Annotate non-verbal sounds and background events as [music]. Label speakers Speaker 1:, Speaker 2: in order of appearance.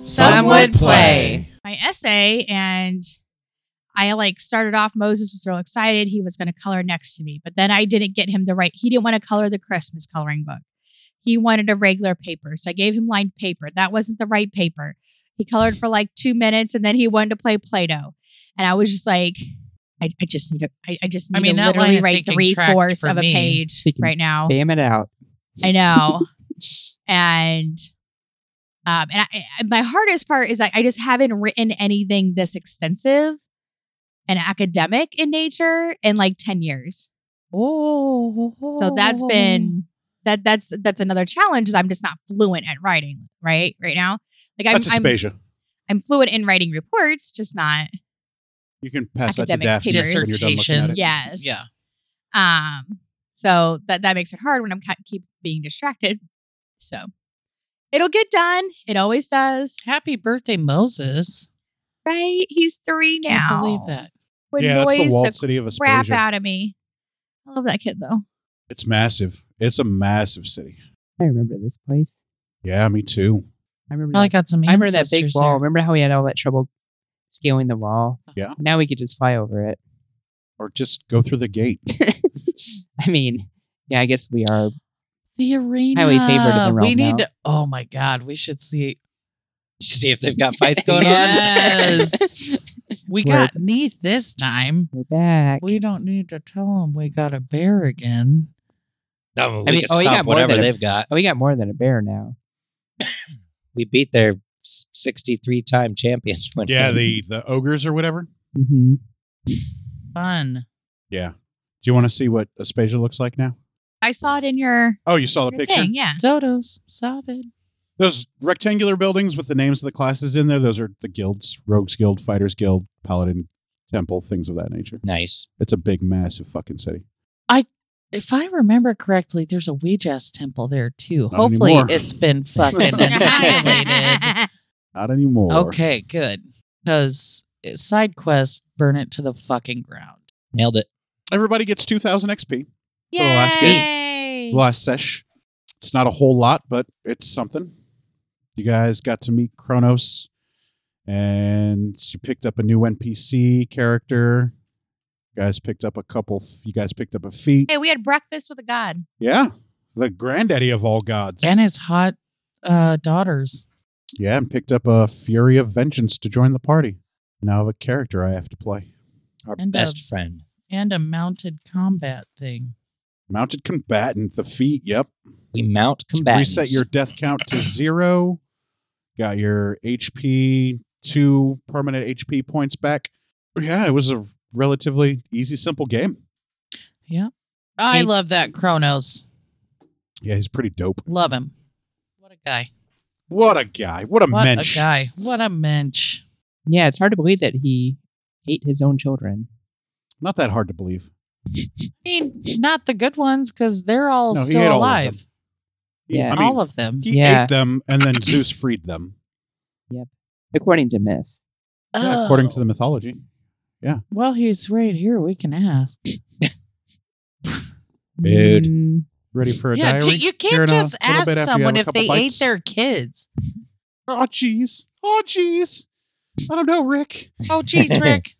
Speaker 1: Some would play.
Speaker 2: my essay and I like started off Moses was real excited he was going to color next to me but then I didn't get him the right he didn't want to color the Christmas coloring book he wanted a regular paper so I gave him lined paper that wasn't the right paper he colored for like 2 minutes and then he wanted to play play-doh and I was just like I, I just need to I, I just need
Speaker 3: I mean,
Speaker 2: to
Speaker 3: that line
Speaker 2: literally
Speaker 3: of
Speaker 2: write
Speaker 3: thinking
Speaker 2: three
Speaker 3: tracked
Speaker 2: fourths
Speaker 3: for
Speaker 2: of a
Speaker 3: me.
Speaker 2: page
Speaker 1: Speaking
Speaker 2: right now
Speaker 1: Damn it out.
Speaker 2: I
Speaker 1: [laughs]
Speaker 2: know. and um, and I, I- my hardest part is I, I just haven't written anything this extensive and academic in nature in like 10 years.
Speaker 3: Oh,
Speaker 2: So that's been that that's that's another challenge is I'm just not fluent at writing, right? Right now. Like I'm
Speaker 4: That's
Speaker 2: I'm,
Speaker 4: Aspasia.
Speaker 2: I'm fluent in writing reports, just not
Speaker 4: You can pass that to
Speaker 2: academic
Speaker 4: Daphne when you're done looking at
Speaker 3: dissertations.
Speaker 4: it.
Speaker 2: Yes.
Speaker 3: Yeah.
Speaker 2: Um, so that that makes it hard when I'm ki- keep being distracted. So it'll get done. It always does.
Speaker 3: Happy birthday, Moses.
Speaker 2: Right? He's three
Speaker 3: Can't
Speaker 2: now.
Speaker 3: believe that.
Speaker 2: Would
Speaker 4: yeah, that's
Speaker 2: noise
Speaker 4: the
Speaker 2: the,
Speaker 4: walled city of
Speaker 2: crap
Speaker 4: Aspasia.
Speaker 2: out of me. I love that kid though.
Speaker 4: It's massive. It's a massive city.
Speaker 1: I remember this place.
Speaker 4: Yeah, me too.
Speaker 1: I remember.
Speaker 3: Probably
Speaker 1: that.
Speaker 3: got some
Speaker 1: I remember that big
Speaker 3: ancestors
Speaker 1: wall.
Speaker 3: there.
Speaker 1: Remember how we had all that trouble scaling the wall?
Speaker 4: Yeah.
Speaker 1: Now we could just fly over it.
Speaker 4: Or just go through
Speaker 2: [laughs]
Speaker 4: the gate.
Speaker 1: I mean, yeah, I guess we are.
Speaker 3: The arena.
Speaker 1: Highly favored in the
Speaker 3: We
Speaker 1: realm
Speaker 3: need
Speaker 1: now.
Speaker 3: to. Oh my God. We should see.
Speaker 5: See if they've got fights going
Speaker 1: [laughs]
Speaker 3: Yes. We
Speaker 1: We're-
Speaker 3: got Neath this time.
Speaker 1: [laughs] We're back.
Speaker 3: We don't need to tell them we got a bear
Speaker 5: on.
Speaker 3: again.
Speaker 5: No, we
Speaker 1: I mean,
Speaker 5: can
Speaker 1: oh, you
Speaker 5: stop
Speaker 1: got more
Speaker 5: whatever
Speaker 1: than a-
Speaker 5: they've got.
Speaker 1: oh, we got more than a bear now.
Speaker 5: [coughs] We beat their s- 63 time champion. when-
Speaker 4: yeah, the the ogres or whatever.
Speaker 1: Mm-hmm.
Speaker 3: Fun.
Speaker 4: Yeah. Do you want to see what Aspasia looks like now?
Speaker 2: I saw it in your,
Speaker 4: Oh, you saw the
Speaker 2: your
Speaker 4: picture.
Speaker 2: thing, yeah.
Speaker 3: Dodos. Solid.
Speaker 4: Those rectangular buildings with the names of the classes in there, those are the guilds, Rogues Guild, Fighters Guild, Paladin Temple, things of that nature.
Speaker 5: Nice.
Speaker 4: It's a big, massive fucking city.
Speaker 3: If I remember correctly, there's a Ouija's temple there too.
Speaker 4: Not
Speaker 3: Hopefully
Speaker 4: anymore.
Speaker 3: it's been
Speaker 1: [laughs]
Speaker 2: [laughs]
Speaker 3: fucking annihilated.
Speaker 4: Not anymore.
Speaker 3: Okay, good. Because side quest, burn it to the fucking ground.
Speaker 5: Nailed it.
Speaker 4: Everybody gets 2,000 XP.
Speaker 3: Yay!
Speaker 4: the last Last sesh. It's not a whole lot, but it's something. You guys got to meet Kronos and you picked up a new NPC character. You guys picked up a couple, you guys picked up a feat.
Speaker 2: Hey, we had breakfast with a god.
Speaker 4: Yeah. The granddaddy of all gods.
Speaker 3: And his hot uh, daughters.
Speaker 4: Yeah, and picked up a Fury of Vengeance to join the party. Now I have a character I have to play.
Speaker 5: Our
Speaker 3: And,
Speaker 5: best
Speaker 3: uh,
Speaker 5: friend.
Speaker 3: And a mounted combat thing.
Speaker 4: Mounted combatant, the feat. Yep.
Speaker 5: We mount combatants.
Speaker 4: Reset your death count to zero. Got your HP, two permanent HP points back. Yeah, it was a relatively easy, simple game.
Speaker 3: I
Speaker 1: Eight-
Speaker 3: love that Kronos.
Speaker 4: Yeah, he's pretty dope.
Speaker 3: Love him. What a guy.
Speaker 4: What a guy. What a
Speaker 3: What
Speaker 4: mensch.
Speaker 3: a guy. What a mensch.
Speaker 1: Yeah, it's hard to believe that he ate his own children.
Speaker 4: Not that hard to believe.
Speaker 3: I mean, not the good ones because they're all
Speaker 4: No, he
Speaker 3: still
Speaker 4: ate all of them.
Speaker 3: alive.
Speaker 4: He-
Speaker 1: Yeah.
Speaker 4: I mean,
Speaker 3: all of them.
Speaker 4: he
Speaker 1: Yeah.
Speaker 4: ate them and then Zeus freed them,
Speaker 1: According to myth.
Speaker 4: Yeah, according to
Speaker 3: Oh.
Speaker 4: the mythology.
Speaker 3: Well, he's right here. We can ask.
Speaker 5: Dude.
Speaker 1: Mm,
Speaker 4: Ready for a
Speaker 3: yeah, E
Speaker 4: diary?
Speaker 3: d- you
Speaker 4: Here
Speaker 3: can't
Speaker 4: in a
Speaker 3: just
Speaker 4: little
Speaker 3: ask
Speaker 4: bit after you have a
Speaker 3: someone if
Speaker 4: couple
Speaker 3: they
Speaker 4: bites.
Speaker 3: ate
Speaker 4: [laughs]
Speaker 3: their kids.
Speaker 4: Oh, jeez. Oh, jeez. I don't know, Rick.
Speaker 3: Oh, geez, Rick.